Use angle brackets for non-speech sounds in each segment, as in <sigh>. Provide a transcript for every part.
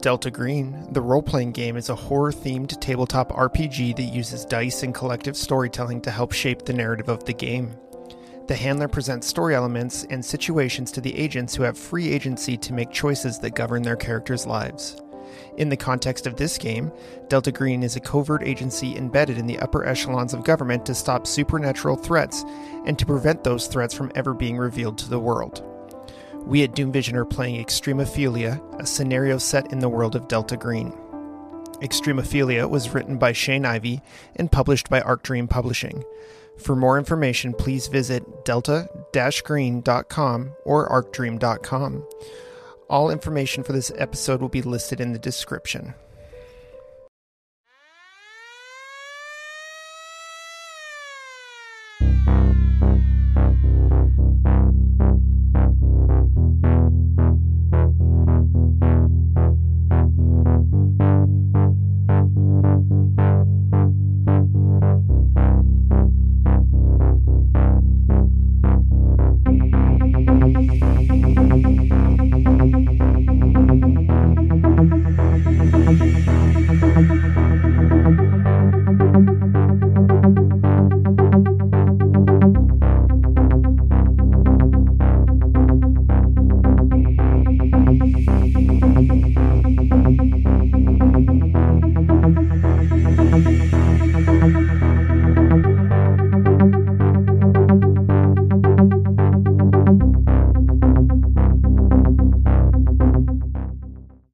Delta Green, the role playing game is a horror themed tabletop RPG that uses dice and collective storytelling to help shape the narrative of the game. The handler presents story elements and situations to the agents who have free agency to make choices that govern their characters' lives. In the context of this game, Delta Green is a covert agency embedded in the upper echelons of government to stop supernatural threats and to prevent those threats from ever being revealed to the world. We at Doom Vision are playing Extremophilia, a scenario set in the world of Delta Green. Extremophilia was written by Shane Ivy and published by Arc Dream Publishing. For more information, please visit delta-green.com or arcdream.com. All information for this episode will be listed in the description.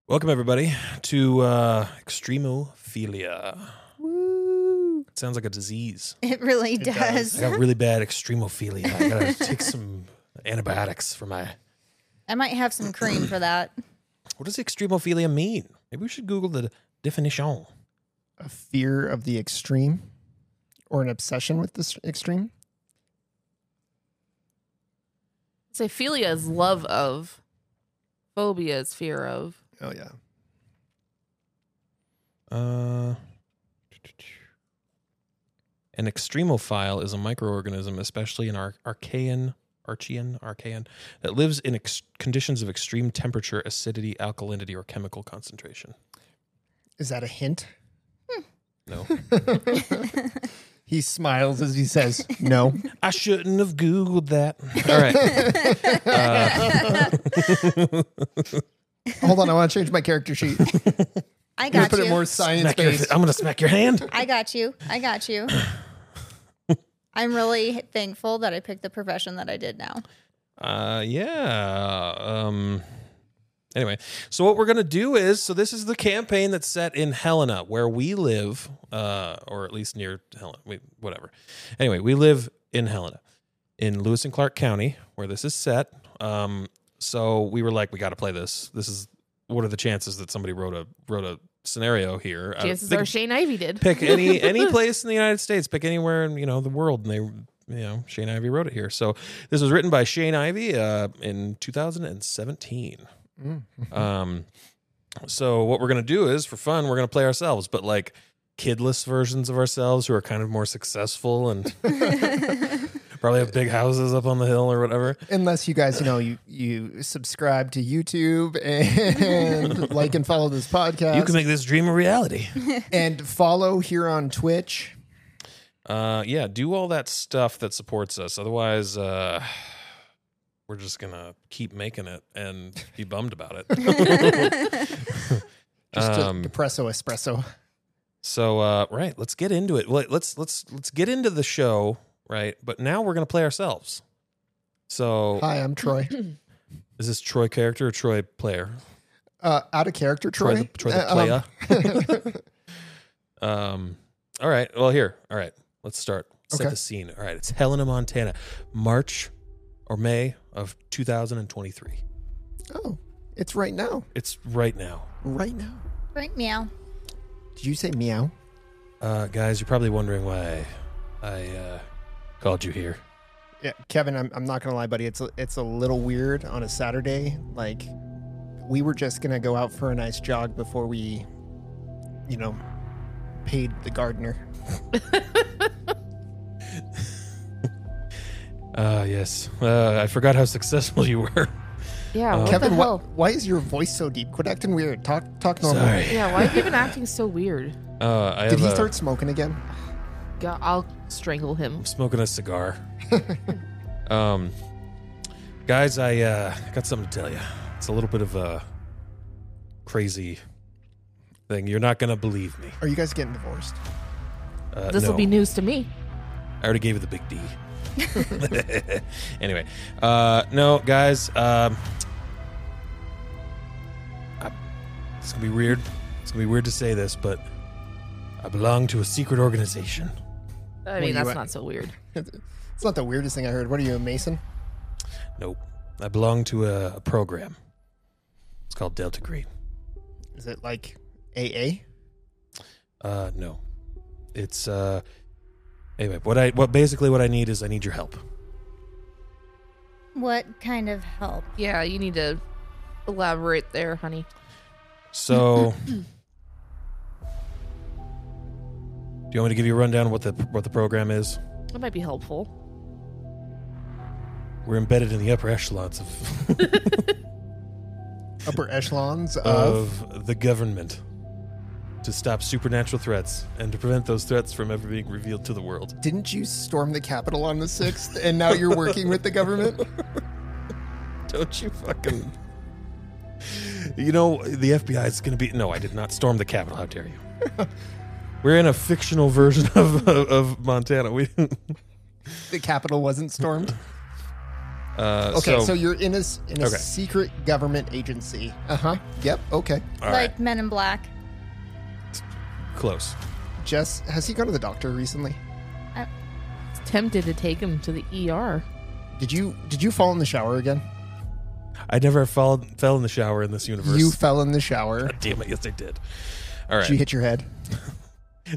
Welcome everybody to uh extremophilia. It sounds like a disease. <laughs> It really does. does. I got really bad extremophilia. I gotta <laughs> take some antibiotics for my. I might have some cream for that. What does extremophilia mean? Maybe we should Google the definition. A fear of the extreme or an obsession with the s- extreme? So philia is love of, phobia is fear of. Oh, yeah. Uh, an extremophile is a microorganism, especially an ar- archaean, archean, archaean, that lives in ex- conditions of extreme temperature, acidity, alkalinity, or chemical concentration. Is that a hint? No. He smiles as he <laughs> says, No. I shouldn't have Googled that. <laughs> All right. Hold on, I want to change my character sheet. I I'm going got to put you. it more science Smack your- based. I'm going to smack your hand. I got you. I got you. I'm really thankful that I picked the profession that I did now. Uh, yeah. Um, anyway, so what we're going to do is so this is the campaign that's set in Helena, where we live, uh, or at least near Helena, we, whatever. Anyway, we live in Helena, in Lewis and Clark County, where this is set. Um, so we were like, we got to play this. This is what are the chances that somebody wrote a wrote a scenario here? Uh, I Chances think- are Shane Ivy did. pick <laughs> any any place in the United States, pick anywhere in you know the world, and they you know Shane Ivy wrote it here. So this was written by Shane Ivy uh, in 2017. Mm. Um, so what we're gonna do is for fun, we're gonna play ourselves, but like kidless versions of ourselves who are kind of more successful and <laughs> probably have big houses up on the hill or whatever. Unless you guys, you know, you, you subscribe to YouTube <laughs> and like and follow this podcast. You can make this dream a reality. and follow here on Twitch. Uh, yeah, do all that stuff that supports us. Otherwise, uh, <sighs> we're just gonna keep making it and be bummed about <laughs> it. Just a Um, depresso espresso. so, uh, right, let's get into it. Let- Let's let's let's get into the show, right? But now we're gonna play ourselves. So, Hi, I'm Troy. is this Troy character or Troy player? Uh, out of character, Troy. the, Troy the Uh, um, player. um, all right. Well, here. All right. Let's start. Set Okay. the scene. All right. It's Helena, Montana, March or May of 2023. <laughs> oh, it's right now. It's right now. Right now. Right meow. Did you say meow? Uh, guys, you're probably wondering why I uh, called you here. Yeah, Kevin, I'm, I'm not gonna lie, buddy. It's a, it's a little weird on a Saturday. Like, we were just gonna go out for a nice jog before we, you know, paid the gardener. <laughs> Uh, yes. Uh, I forgot how successful you were. Yeah. what Kevin, the why, hell? why is your voice so deep? Quit acting weird. Talk talk normal. <laughs> Yeah. Why have you been acting so weird? Uh, I Did have he a- start smoking again? God, I'll strangle him. I'm smoking <laughs> a cigar. um, guys, I uh, got something to tell you. It's a little bit of a crazy thing. You're not gonna believe me. Are you guys getting divorced? Uh, This will no. be news to me. I already gave you the big D. <laughs> anyway, uh, no, guys, um, I- it's gonna be weird. It's gonna be weird to say this, but I belong to a secret organization. I mean, Well, you that's a- not so weird. It's not the weirdest thing I heard. What are you, a Mason? Nope, I belong to a, a program. It's called Delta Green. Is it like AA? Uh, no, it's uh. Anyway, what I what basically what I need is I need your help. What kind of help? Yeah, you need to elaborate there, honey. So, <clears throat> do you want me to give you a rundown of what the what the program is? That might be helpful. We're embedded in the upper echelons of Upper echelons of. of the government to stop supernatural threats and to prevent those threats from ever being revealed to the world. <laughs> Didn't you storm the Capitol on the 6th and now you're working with the government? Don't you fucking. <laughs> You know, the FBI is going to be. No, I did not storm the Capitol. How dare you? <laughs> We're in a fictional version of, of, of Montana. We, <laughs> The Capitol wasn't stormed? uh, Okay, so, so you're in a, s- in a Okay. Uh-huh. secret government agency. Uh huh. Yep, okay. all right, like Men in Black. close. Jess, has he gone to the doctor recently? It's tempted to take him to the ER. Did you did you fall in the shower again? I never fell fell in the shower in this universe. You fell in the shower. Damn it! Yes, I did. Did All right, you hit your head?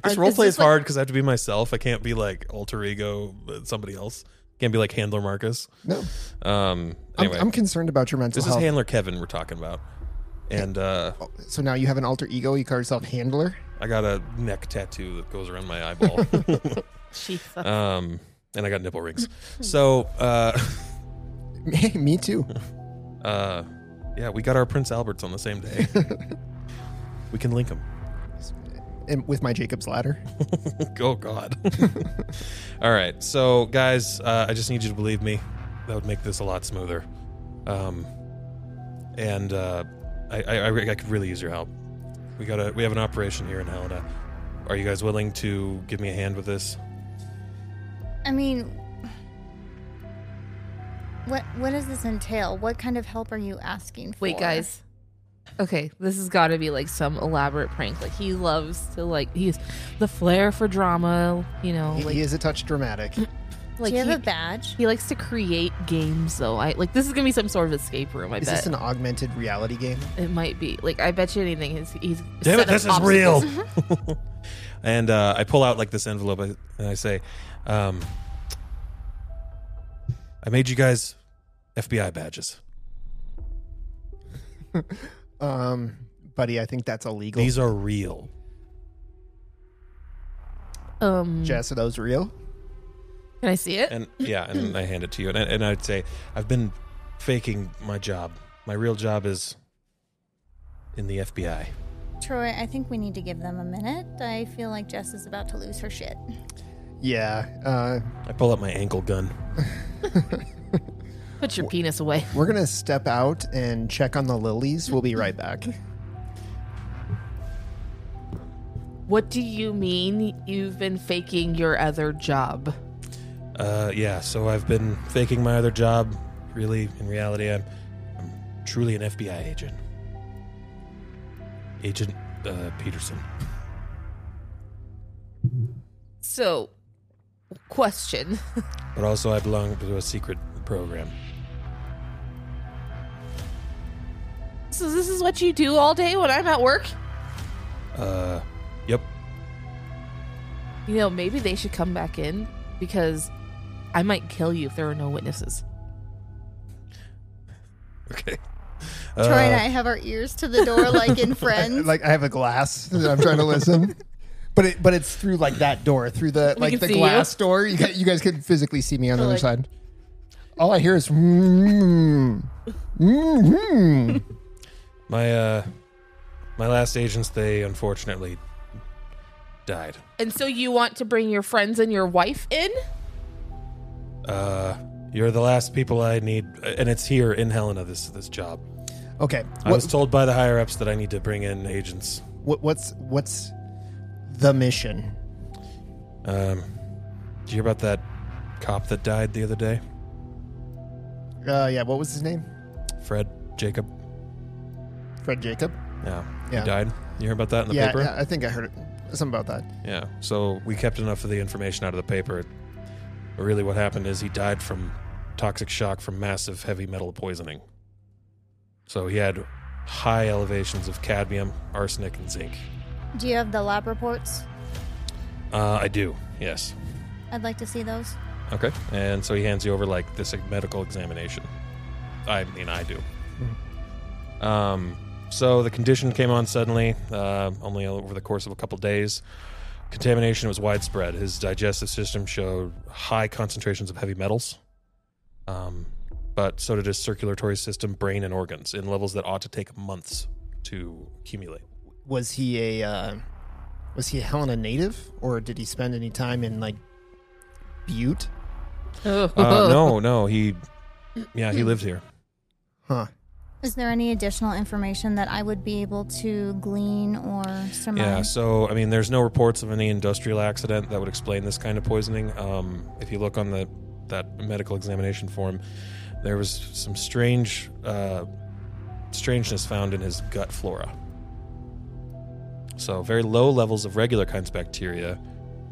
this Is role play this is like- hard because I have to be myself. I can't be like alter ego uh, somebody else. Can't be like Handler Marcus. No. Um. I'm, Anyway, I'm Oh. concerned about your mental this is health. Handler Kevin we're talking about, and uh, so now you have an alter ego. You call yourself Handler. <laughs> I got a neck tattoo that goes around my eyeball. Jesus. um. And I got nipple rings. So, uh, <laughs> Hey, me too. uh, yeah, we got our Prince Alberts on the same day. we can link them. and with my Jacob's ladder. oh god <laughs> all right so guys uh, i just need you to believe me that would make this a lot smoother um and uh i i, I, re- I could really use your help we got a we have an operation here in helena are you guys willing to give me a hand with this I mean, what what does this entail? What kind of help are you asking for? Wait, guys. Okay, this has got to be like some elaborate prank. Like he loves to like he's the flair for drama. You know, He, like he is a touch <laughs> dramatic. like Do you have he, a badge? he likes to create games though. I like this is gonna be some sort of escape room. I Is bet this an augmented reality game? it might be. Like I bet you anything. He's he's damn it set up this is obstacles. real <laughs> and uh, i pull out like this envelope I- and i say um i made you guys fbi badges Um, buddy, I think that's illegal. these are real <laughs> Um, Jess, are those real? can I see it? and yeah, and I hand it to you, and, and I'd say I've been faking my job. My real job is in the FBI. Troy, I think we need to give them a minute. I feel like Jess is about to lose her shit. Yeah. Uh, I pull up my ankle gun. Put your penis away. we're gonna step out and check on the lilies. We'll be right <laughs> back. What do you mean you've been faking your other job? Uh, yeah, so I've been faking my other job. Really, in reality, I'm, I'm truly an FBI agent. Agent uh, Peterson. So, question. <laughs> But also, I belong to a secret program. So this is what you do all day when I'm at work? Uh, yep. <laughs> You know, maybe they should come back in because I might kill you if there are no witnesses. Okay. Troy and I have our ears to the door <laughs> like in Friends. Uh, Like I have a glass <laughs> that I'm trying to listen. But it, but it's through like that door, through the We like can the see you. glass door. You guys, you guys can physically see me on the other We're like- side. All I hear is mmm, mmm. My uh my last agents they unfortunately died. And so you want to bring your friends and your wife in? Uh you're the last people I need and it's here in Helena this this job. Okay. I was What, told by the higher ups that I need to bring in agents. what, what's what's the mission? Um Did you hear about that cop that died the other day? Uh, yeah. What was his name? Fred Jacob? Fred Jacob. Yeah. Yeah. He died. You hear about that in the yeah, paper? yeah, I think I heard it. Something about that. Yeah. So we kept enough of the information out of the paper. Really, what happened is he died from toxic shock from massive heavy metal poisoning. So he had high elevations of cadmium, arsenic, and zinc. Do you have the lab reports? Uh, I do. Yes. I'd like to see those. Okay. And so he hands you over like this medical examination. I mean, I do. Um, so the condition came on suddenly, uh, only over the course of a couple days. Contamination was widespread. His digestive system showed high concentrations of heavy metals, um, but so did his circulatory system, brain, and organs in levels that ought to take months to accumulate. Was he a uh, was he a Helena native, or did he spend any time in like Butte? Uh, no, no, he, yeah, he lived here. Huh. Is there any additional information that I would be able to glean or Yeah, surmise? so I mean, there's no reports of any industrial accident that would explain this kind of poisoning. Um, if you look on the that medical examination form, there was some strange uh, strangeness found in his gut flora. So very low levels of regular kinds of bacteria,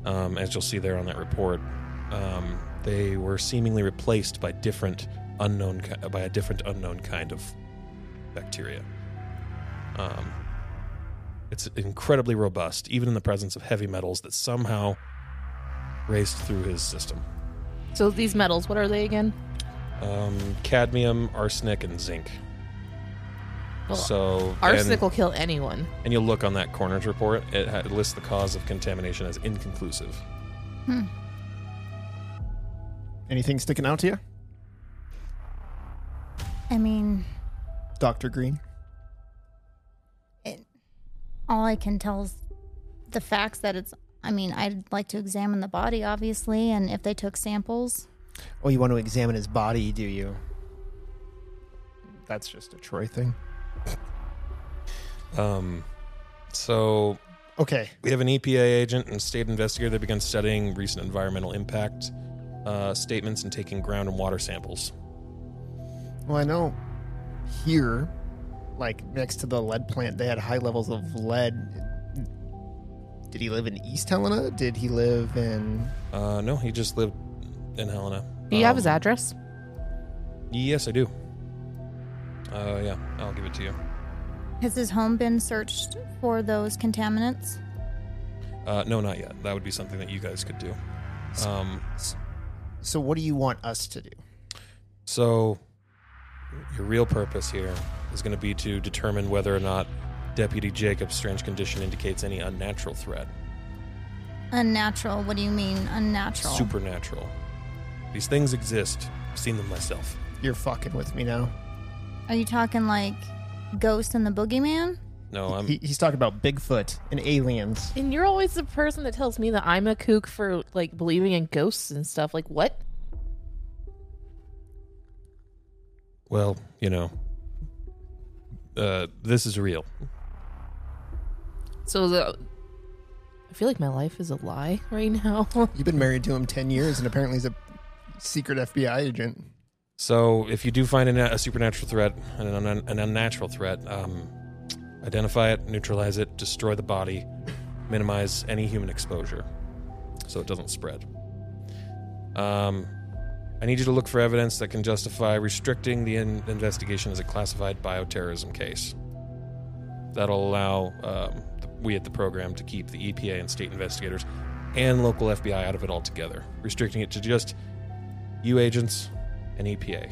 um, as you'll see there on that report. Um, they were seemingly replaced by different unknown ki- by a different unknown kind of bacteria. Um, it's incredibly robust, even in the presence of heavy metals that somehow raced through his system. So these metals, what are they again? Um, cadmium, arsenic, and zinc. Well, so Arsenic And, will kill anyone. and you'll look on that coroner's report; it, ha- it lists the cause of contamination as inconclusive. Anything sticking out to you, I mean, Doctor Green? it, all I can tell is the facts that it's. I mean, I'd like to examine the body, obviously, and if they took samples. Oh, you want to examine his body, do you? That's just a Troy thing. Um, so Okay. We have an EPA agent and state investigator that began studying recent environmental impact uh, statements and taking ground and water samples. Well, I know here, like next to the lead plant, they had high levels of lead. Did he live in East Helena? Did he live in. Uh, no, he just lived in Helena. Do you have his Um, address? Yes, I do. Uh, yeah, I'll give it to you. Has his home been searched for those contaminants? Uh, no, not yet. That would be something that you guys could do. Um, So, what do you want us to do? So, your real purpose here is going to be to determine whether or not Deputy Jacob's strange condition indicates any unnatural threat, Unnatural. What do you mean unnatural? supernatural. These things exist. I've seen them myself. You're fucking with me now. Are you talking like Ghost and the Boogeyman? No, I'm He, he's talking about Bigfoot and aliens. And you're always the person that tells me that I'm a kook for like believing in ghosts and stuff. Like what? Well, you know, uh, this is real. So the I feel like my life is a lie right now. <laughs> You've been married to him 10 years, and apparently he's a secret FBI agent. So, if you do find a, na- a supernatural threat and an, un- an unnatural threat, um, identify it, neutralize it, destroy the body, minimize any human exposure, so it doesn't spread. Um, I need you to look for evidence that can justify restricting the in- investigation as a classified bioterrorism case. That'll allow um, we at the program to keep the EPA and state investigators and local FBI out of it altogether, restricting it to just you agents and EPA.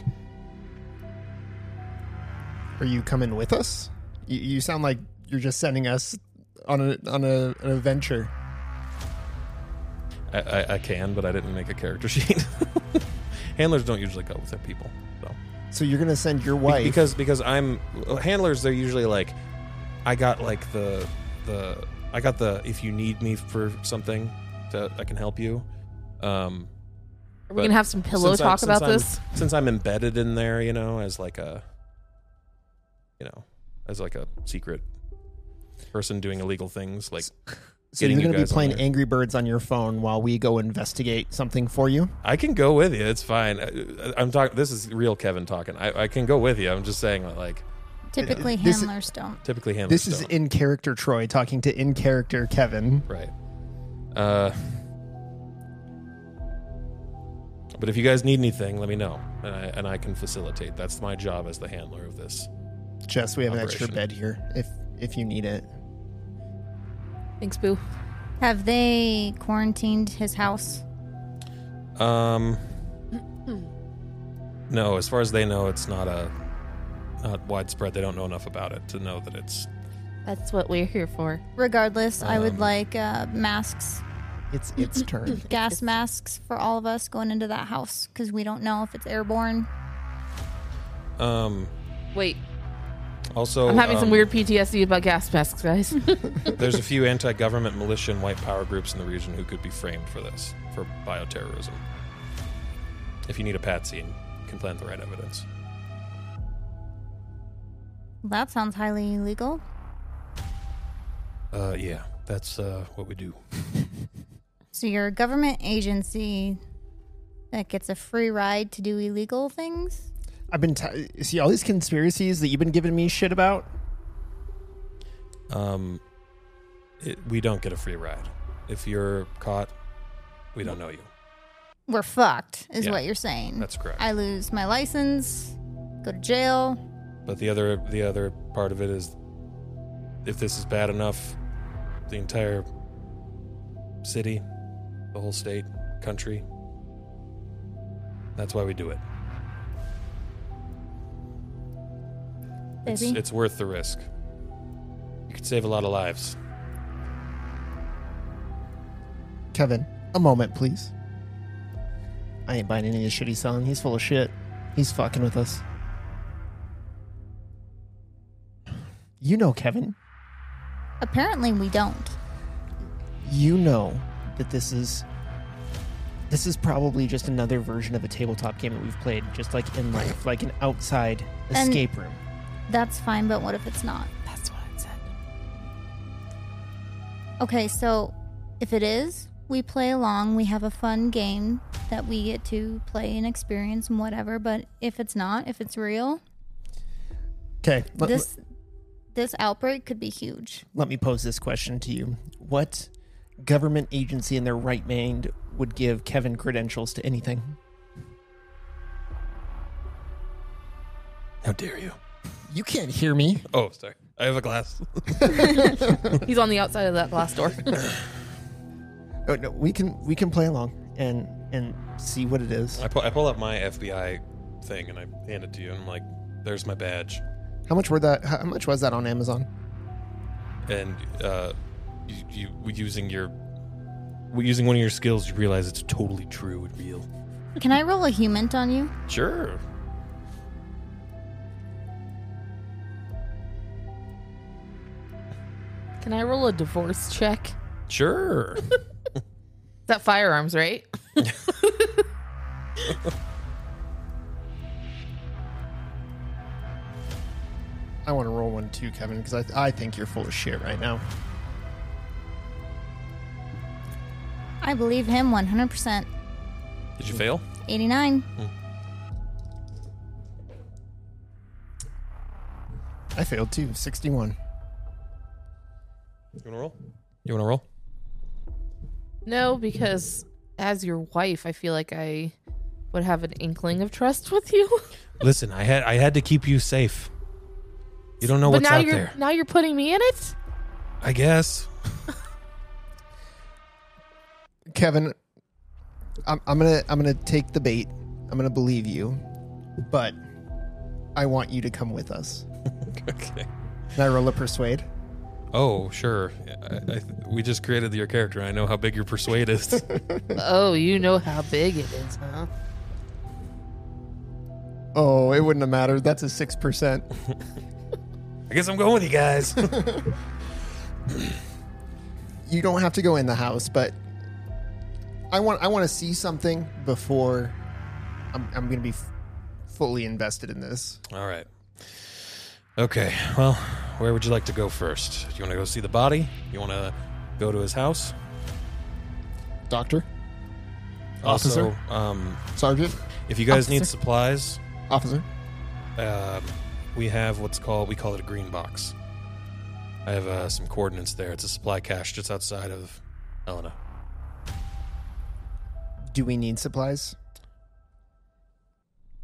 Are you coming with us? You, you sound like you're just sending us on a on a, an adventure. <laughs> I, I, I can, but I didn't make a character sheet. Handlers don't usually go with their people. So So you're gonna send your Be- wife because because I'm handlers. They're usually like, I got like the the I got the if you need me for something that I can help you. Um, But Are we gonna have some pillow since I'm- talk since about I'm- this? since I'm embedded in there, you know, as like a, you know, as like a secret person doing illegal things. Like so getting you're you gonna be guys on playing there. Angry Birds on your phone while we go investigate something for you. I can go with you. It's fine. I, I'm talking. This is real Kevin talking. I, I can go with you. I'm just saying that like Typically, This- handlers don't. typically handlers. This is don't. in character Troy talking to in character Kevin. Right. Uh, but if you guys need anything, let me know, and I, and I can facilitate. That's my job as the handler of this. Jess, we have an extra Operation. bed here if if you need it. Thanks, Boo. Have they quarantined his house? Um, <clears throat> no, as far as they know, it's not a not widespread. They don't know enough about it to know that it's. That's what we're here for. Regardless, I would Um, like uh, masks, It's its turn. gas masks for all of us going into that house because we don't know if it's airborne. Um. Wait, Also, I'm having um, some weird PTSD about gas masks, <laughs> guys. <laughs> There's a <laughs> few anti-government militia and white power groups in the region who could be framed for this, for bioterrorism. If you need a patsy and can plant the right evidence. That sounds highly illegal. Uh, yeah, that's uh, what we do. So you're a government agency that gets a free ride to do illegal things. I've been t- see all these conspiracies that you've been giving me shit about. Um, it, we don't get a free ride. If you're caught, we don't know you. We're fucked, is Yeah, what you're saying. That's correct. I lose my license, go to jail. but the other the other part of it is, if this is bad enough, the entire city, the whole state, country. That's why we do it. It's, Baby. it's worth the risk. You could save a lot of lives. Kevin, a moment, please. I ain't buying any of the shit he's selling. He's full of shit. He's fucking with us. You know, Kevin, Apparently, we don't. you know that this is this is probably just another version of a tabletop game that we've played just like in life, like an outside And- escape room. That's fine, but what if it's not? That's what I said. Okay, so if it is, we play along. We have a fun game that we get to play and experience and whatever. But if it's not, if it's real, Okay, let, this this outbreak could be huge. let me pose this question to you. What government agency in their right mind would give Kevin credentials to anything? How dare you? You can't hear me. Oh, sorry. I have a glass. <laughs> He's on the outside of that glass <laughs> door. Oh, no, we can we can play along and and see what it is. I pull, I pull up my FBI thing and I hand it to you, and I'm like, "There's my badge." How much were that? How much was that on Amazon? And uh, you, you using your using one of your skills, you realize it's totally true and real. Can I roll a human on you? Sure. Can I roll a divorce check? Is Sure. that firearms, right? I want to roll one too, Kevin, because I I think you're full of shit right now. I believe him 100%. Did you fail? 89. I failed too. Sixty one. You want to roll? You want to roll? No, because as your wife, I feel like I would have an inkling of trust with <laughs> you. Listen, I had I had to keep you safe. You don't know but what's now out you're there. now you're putting me in it. I guess. Kevin, I'm, I'm gonna I'm gonna take the bait. I'm gonna believe you, but I want you to come with us. okay. Can I roll a persuade? Oh, sure. I, I, th- we just created your character. <laughs> I know how big your persuade is. Oh, you know how big it is, huh? Oh, it wouldn't have mattered. That's a six percent. I guess I'm going with you guys. You don't have to go in the house, but I want I want to see something before I'm, I'm going to be f- fully invested in this. All right. Okay. Well, where would you like to go first? Do you want to go see the body? You want to go to his house? Doctor, Also, um, sergeant, if you guys need Officer. supplies, officer. um, we have what's called we call it a green box. I have uh, some coordinates there. It's a supply cache just outside of Helena. Do we need supplies?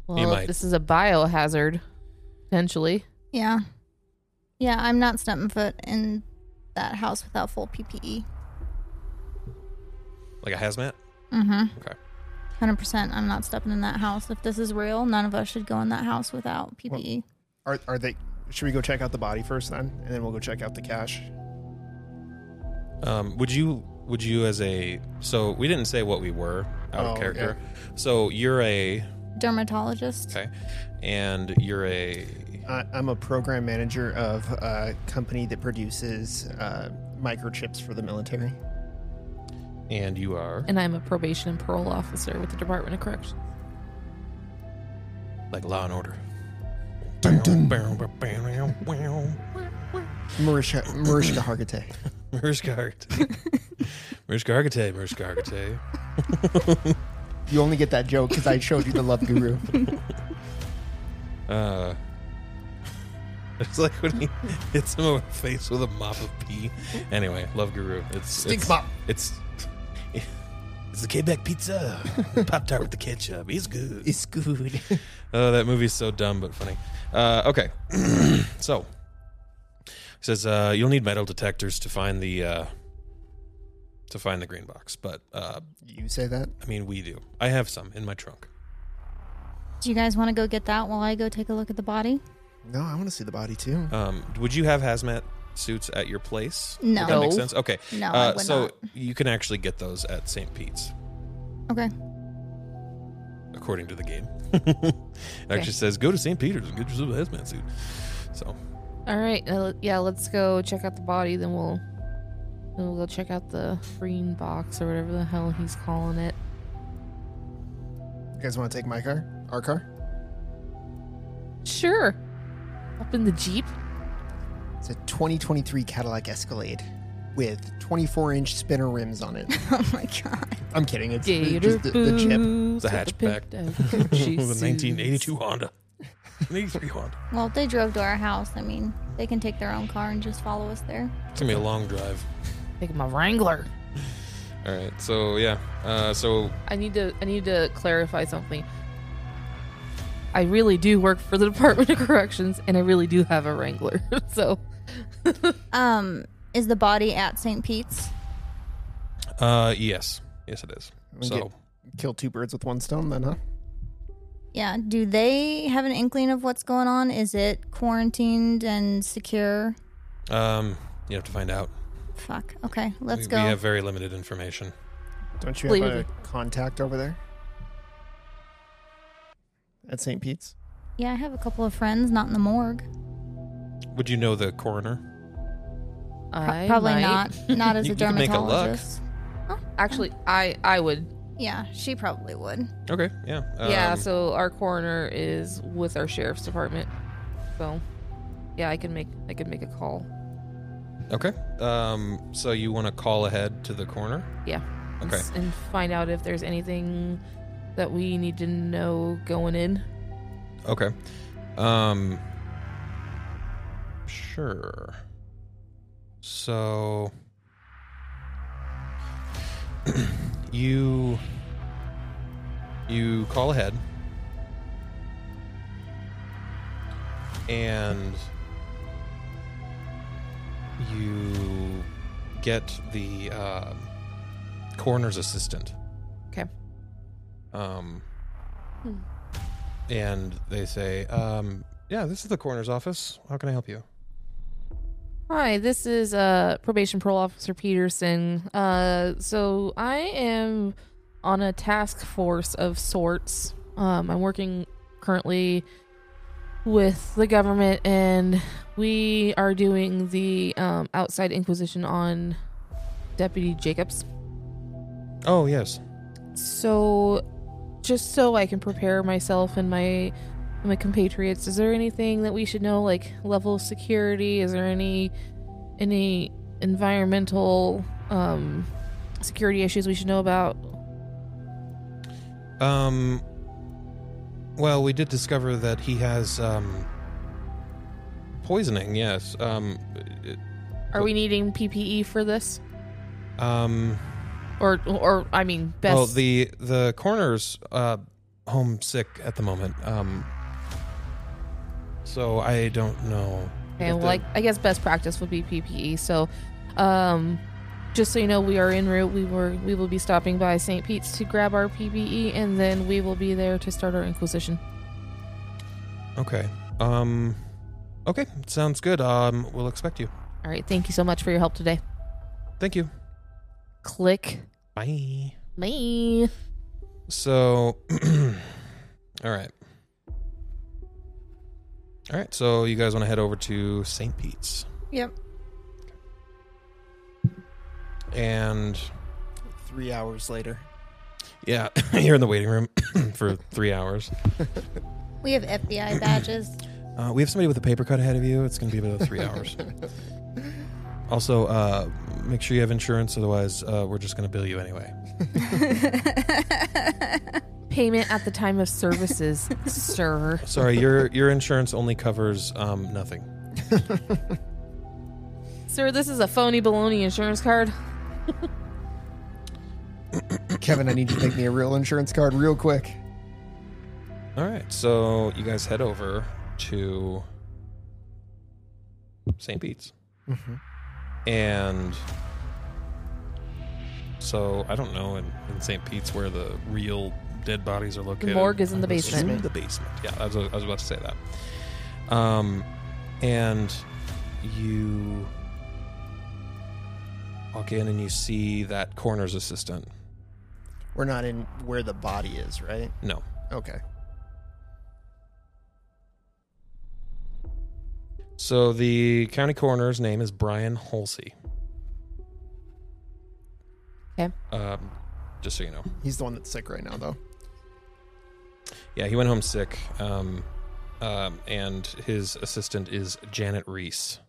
Well, might. this is a biohazard, potentially. Yeah. Yeah, I'm not stepping foot in that house without full E. PPE. Like a hazmat. Mm-hmm. Okay. 100%. I'm not stepping in that house. If this is real, none of us should go in that house without E. PPE. Are are they? Should we go check out the body first, then, and then we'll go check out the cache? Um, would you would you as a so we didn't say what we were out Oh, of okay. character. So you're a Dermatologist. okay, and you're a I, I'm a program manager of a company that produces uh, microchips for the military. and you are And I'm a probation and parole officer with the Department of Corrections. like Law and Order. Mariska, Mariska Hargitay. Mariska Hargitay. <laughs> Mariska Hargitay. Mariska Hargitay. You only get that joke because I showed you the Love <laughs> Guru. Uh, <laughs> it's like when he hits him over the face with a mop of pee. Anyway, Love Guru. It's Stink it's, mop. It's <laughs> it's the Quebec pizza, pop tart with the ketchup. It's good. It's good. <laughs> Oh, that movie's so dumb but funny. Uh, okay, <clears throat> so he says uh, you'll need metal detectors to find the uh, to find the green box, but uh, You say that? I mean we do. I have some in my trunk. Do you guys want to go get that while I go take a look at the body? No, I want to see the body too. Um, would you have hazmat suits at your place? No. Would that makes No. sense. Okay, No, I uh, would so not. you can actually get those at St. Pete's, Okay. <laughs> according to the game. <laughs> it actually says go to St. Peter's and get yourself a hazmat suit. <laughs> So All right. Uh, let- yeah, let's go check out the body. Then we'll then we'll go check out the green box or whatever the hell he's calling it. You guys want to take my car? Our car? Sure. Up in the jeep. It's a 2023 Cadillac Escalade with 24 inch spinner rims on it. Oh my god. I'm kidding. It's the, Gator just the, the chip. boots. The with hatchback. pimped out the <laughs> Gucci suits. 1982 Honda, <laughs> 83 Honda. Well, if they drove to our house, I mean, they can take their own car and just follow us there. It's gonna be a long drive. Think of my Wrangler. All right, so yeah, uh, so I need to I need to clarify something. I really do work for the <laughs> Department of Corrections and I really do have a Wrangler. <laughs> So Um, is the body at St. Pete's? uh, yes, yes it is. We So get- Kill two birds with one stone, then, huh? Yeah. Do they have an inkling of what's going on? Is it quarantined and secure? um, you have to find out. Fuck. Okay, we, let's we go. have very limited information. Don't you have Leave a it. contact over there? At St. Pete's? yeah, I have a couple of friends, not in the morgue. Would you know the coroner? Pro- I Probably might- <laughs> <laughs> not. Not as You a could make a look. dermatologist. Actually, I I would. Yeah, she probably would. Okay, yeah, yeah. um, So our coroner is with our sheriff's department. So yeah, I can make I can make a call. Okay. Um, so you want to call ahead to the corner? Yeah. and Okay. s- And find out if there's anything that we need to know going in. Okay. Um, sure. So <clears throat> you you call ahead and you get the um coroner's assistant. Okay. Um, and they say, um, "Yeah, this is the coroner's office. How can I help you?" Hi, this is uh, probation parole officer Peterson. Uh, so I am on a task force of sorts. Um, I'm working currently with the government, and we are doing the um, outside inquisition on Deputy Jacobs. Oh yes. So, just so I can prepare myself and my my compatriots, is there anything that we should know, like level of security? Is there any any environmental um, security issues we should know about? Um. Well, we did discover that he has um poisoning. Yes. Um. it- Are we needing PPE for this, Um. or or I mean, best? Well, the the coroner's uh, homesick at the moment. Um, so I don't know. Okay, if well, the- like I guess best practice would be PPE. So, um, just so you know, we are en route. We were we will be stopping by St. Pete's to grab our PPE, and then we will be there to start our inquisition. okay. Um, okay, sounds good. Um, we'll expect you. All right, thank you so much for your help today. Thank you. Click Bye. me. So, <clears throat> all right. All right, so you guys want to head over to St. Pete's. Yep. And Three hours <laughs> later. yeah, <laughs> you're in the waiting room <clears throat> for three hours. We <laughs> have FBI badges. <laughs> Uh, we have somebody with a paper cut ahead of you. It's going to be about <laughs> three hours. Also, uh, make sure you have insurance. Otherwise, uh, we're just going to bill you anyway. Payment at the time of <laughs> services, sir. Sorry, your your insurance only covers um, nothing. Sir, this is a phony baloney insurance card. <laughs> Kevin, I need you to make me a real insurance card real quick. All right, so you guys head over to St. Pete's, Mm-hmm. and so I don't know in, in St. Pete's where the real dead bodies are located. morgue is in the I was- basement. The basement. Yeah, I was, I was about to say that. Um, and you walk in and you see that coroner's assistant. We're not in where the body is, right? No, Okay. So the county coroner's name is Brian Holsey. Okay. Um, just so you know. He's the one that's sick right now, though. Yeah, he went home sick. Um, um, and his assistant is Janet Reese.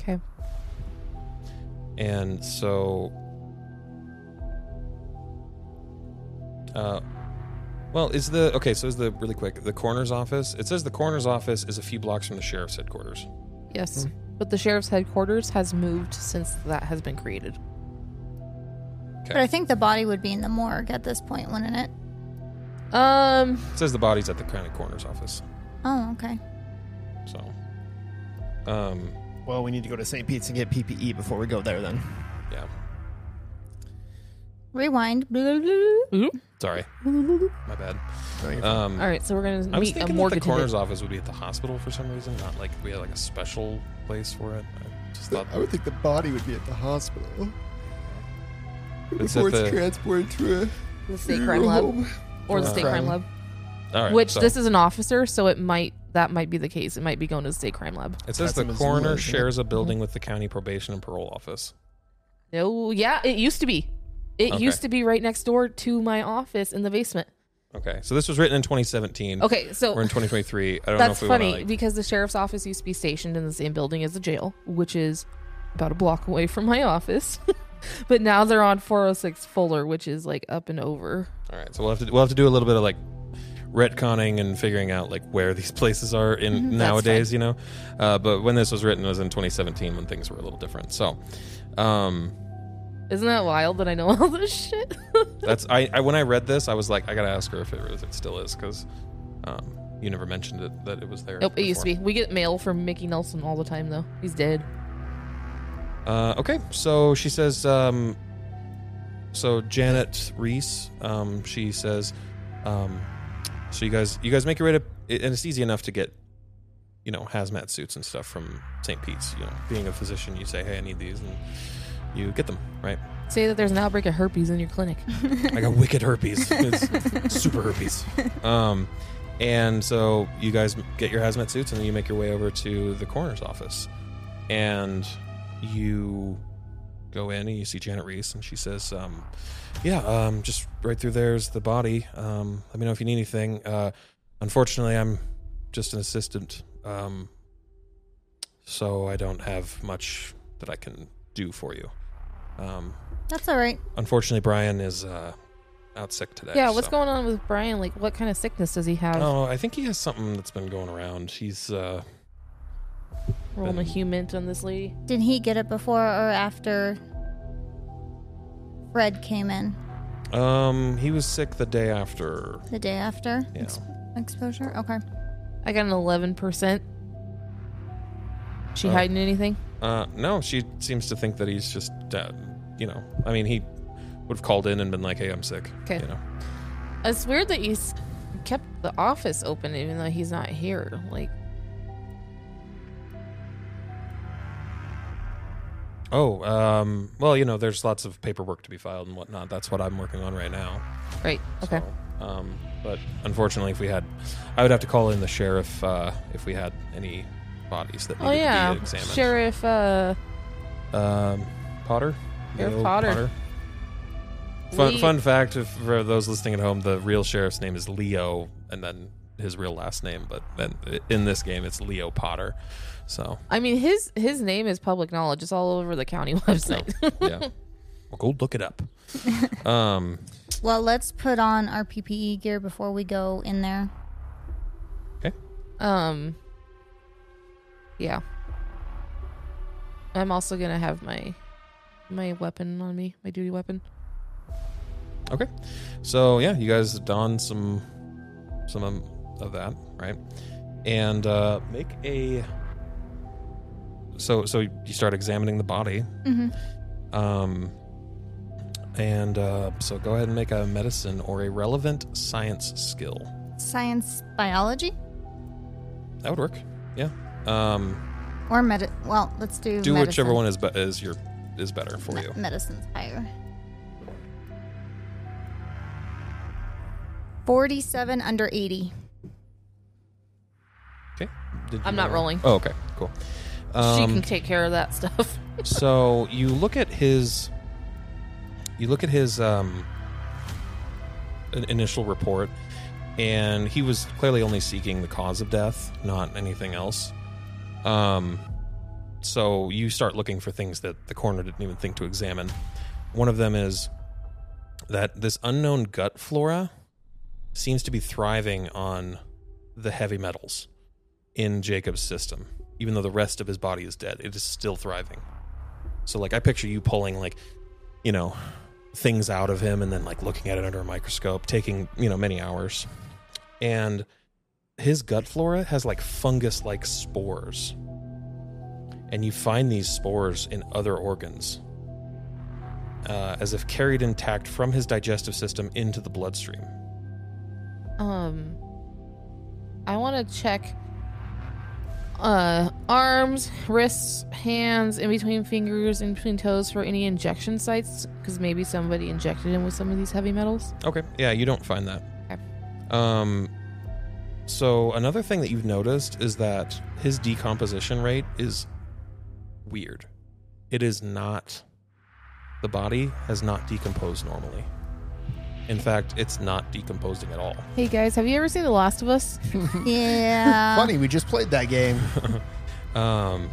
Okay. And so. Uh, well, is the. Okay, so is the. Really quick. The coroner's office. It says the coroner's office is a few blocks from the sheriff's headquarters. Yes, but the sheriff's headquarters has moved since that has been created. But I think the body would be in the morgue at this point, wouldn't it? Um, It says the body's at the county coroner's office. Oh, okay. So. Um, Well, we need to go to St. Pete's and get PPE before we go there, then. yeah. Rewind. Mm-hmm. Sorry. My bad. No, you're fine. Um, all right, so we're gonna I was meet a thinking that morgue. the coroner's office would be at the hospital for some reason, not like we had like a special place for it. I just thought I would think the body would be at the hospital it's before at it's the. transported to a the state crime lab or the state crime Crime. lab. All right, Which so this is an officer, so it might that might be the case. It might be going to the state crime lab. It says That's the in Missoula, coroner isn't it? shares a building with the county probation and parole office. No, yeah, it used to be. It Okay. used to be right next door to my office in the basement. Okay, so this was written in 2017. Okay, so We're in 2023. I don't know that's if we want funny to. Like, because the sheriff's office used to be stationed in the same building as the jail, which is about a block away from my office. <laughs> but now they're on 406 Fuller, which is like up and over. all right, so we'll have to we'll have to do a little bit of like retconning and figuring out like where these <laughs> places are in Mm-hmm, nowadays, you know. Uh, but when this was written it was in 2017 when things were a little different. So, um, Isn't that wild that I know <laughs> all this shit? That's I, I when I read this, I was like, I gotta ask her if it, if it still is because um, you never mentioned it that it was there. nope, it used to before. be. We get mail from Mickey Nelson all the time though. He's dead. Uh, okay, so she says, um, so Janet Reese, um, she says, um, so you guys you guys make your way to, and it's easy enough to get, you know, hazmat suits and stuff from St. Pete's. You know, being a physician, you say, hey, I need these, and you get them, right? Say that there's an outbreak <laughs> of herpes in your clinic. I got wicked herpes. It's super herpes. Um, And so you guys get your hazmat suits and then you make your way over to the coroner's office. And you go in and you see Janet Reese and she says, um, Yeah, um, just right through there's the body. Um, let me know if you need anything. Uh, unfortunately, I'm just an assistant. Um, so I don't have much that I can do for you. Um, That's all right. unfortunately, Brian is uh, out sick today. Yeah, what's so- going on with Brian? Like, what kind of sickness does he have? Oh, I think he has something that's been going around. He's uh Rolling a um, human on this lady. Did he get it before or after Fred came in? um he was sick the day after. The day after Yeah. ex- exposure? Okay. I got an eleven percent. She Oh. hiding anything? Uh no, she seems to think that he's just uh, you know, I mean he would have called in and been like, "Hey, I'm sick." 'Kay. You know. It's weird that he's kept the office open even though he's not here. Like, Oh, um well, you know, there's lots of paperwork to be filed and whatnot. That's what I'm working on right now. right? Okay. So, um but unfortunately, if we had I would have to call in the sheriff uh if we had any bodies that oh needed to be yeah, examined. Sheriff. Uh, Um, Potter. Sheriff Neil Potter. Fun, Lee- fun fact if, for those listening at home: the real sheriff's name is Leo, and then his real last name. But then in this game, it's Leo Potter. So I mean, his his name is public knowledge. It's all over the county <laughs> website. yeah, <laughs> well, go look it up. Um, Well, let's put on our PPE gear before we go in there. um, yeah. I'm also gonna have my my weapon on me, my duty weapon. okay, so yeah, you guys don some some um, of that, right? And uh, make a. So so you start examining the body. Mm-hmm. Um, and uh, so go ahead and make a medicine or a relevant science skill. Science, biology, That would work. Yeah. Um, or med. Well, let's do do medicine. whichever one is be- is your is better for Me- you. Medicine's higher. Forty-seven under eighty. <laughs> Did I'm you not roll? rolling. Oh, okay, cool. Um, she can take care of that <laughs> stuff. so you look at his you look at his um in- initial report and he was clearly only seeking the cause of death not anything else um so you start looking for things that the coroner didn't even think to examine one of them is that this unknown gut flora seems to be thriving on the heavy metals in Jacob's system even though the rest of his body is dead it is still thriving so like I picture you pulling like, you know, things out of him and then like looking at it under a microscope, taking, you know, many hours. And his gut flora has like fungus like spores. And you find these spores in other organs. Uh, as if carried intact from his digestive system into the bloodstream. Um, I want to check uh arms, wrists, hands, in between fingers, in between toes for any injection sites because maybe somebody injected him with some of these heavy metals. Okay. Yeah, you don't find that. Okay. Um so another thing that you've noticed is that his decomposition rate is weird. It is not the body has not decomposed normally. In fact, it's not decomposing at all. <laughs> Hey guys, have you ever seen The Last of Us? Yeah. Funny, we just played that game. Um,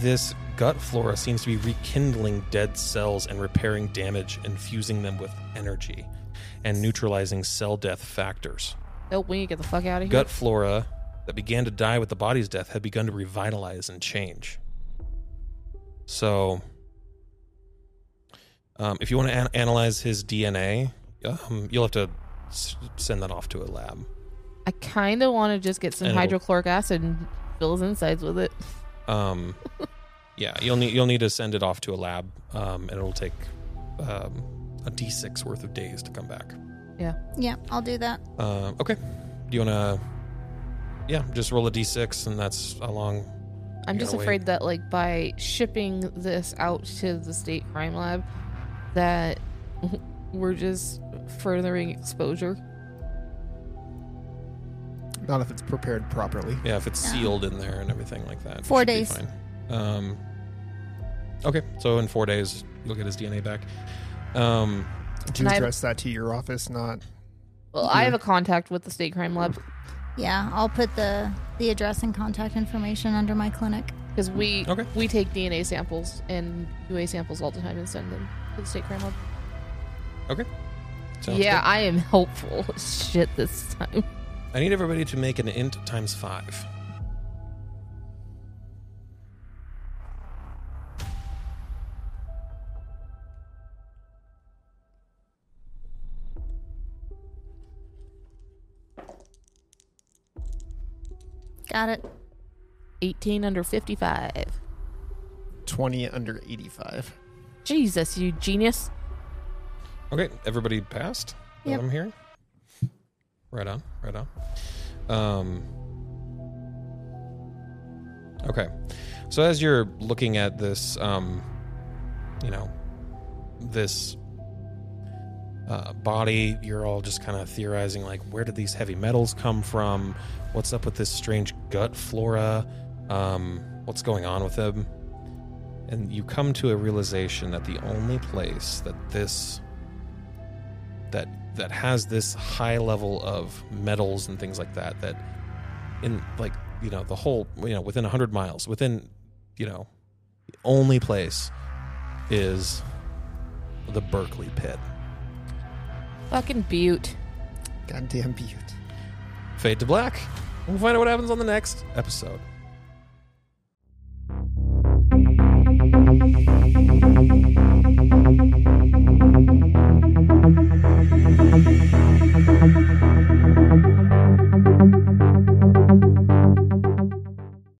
this gut flora seems to be rekindling dead cells and repairing damage, infusing them with energy and neutralizing cell death factors. nope, we need to get the fuck out of here. gut flora that began to die with the body's death had begun to revitalize and change. So, um, if you want to an- analyze his DNA, um, you'll have to s- send that off to a lab. I kind of want to just get some And it'll- hydrochloric acid and fill his insides with it. Um, <laughs> yeah, you'll need you'll need to send it off to a lab, um, and it'll take um, a D6 worth of days to come back. Yeah, I'll do that. Uh, okay, do you want to? Yeah, just roll a D6, and that's how long I'm You just gotta wait. afraid that like by shipping this out to the state crime lab that <laughs> we're just furthering exposure. Not if it's prepared properly. Yeah, if it's sealed in there and everything like that. it Four should be days. fine. Um, okay, so in four days, you'll get his DNA back. Um, Do And you I- address that to your office, not Well, I have a contact with the state crime lab Yeah, I'll put the the address and contact information under my clinic. because we Okay. we take DNA samples and UA samples all the time and send them to the state crime lab. sounds yeah, I am helpful <laughs> as shit this time. good. I need everybody to make an int times five. Got it. 18 under 55. 20 under 85? Jesus, you genius. Okay, everybody passed. that Yep. I'm hearing. Right on, right on. Um, okay, so as you're looking at this, um, you know, this uh, body, you're all just kind of theorizing, like, where did these heavy metals come from? What's up with this strange gut flora? Um, what's going on with them? And you come to a realization that the only place that this that that has this high level of metals and things like that that in like you know the whole you know within 100 miles within you know the only place is the Berkeley pit Fucking butte. Goddamn butte. fade to black we'll find out what happens on the next episode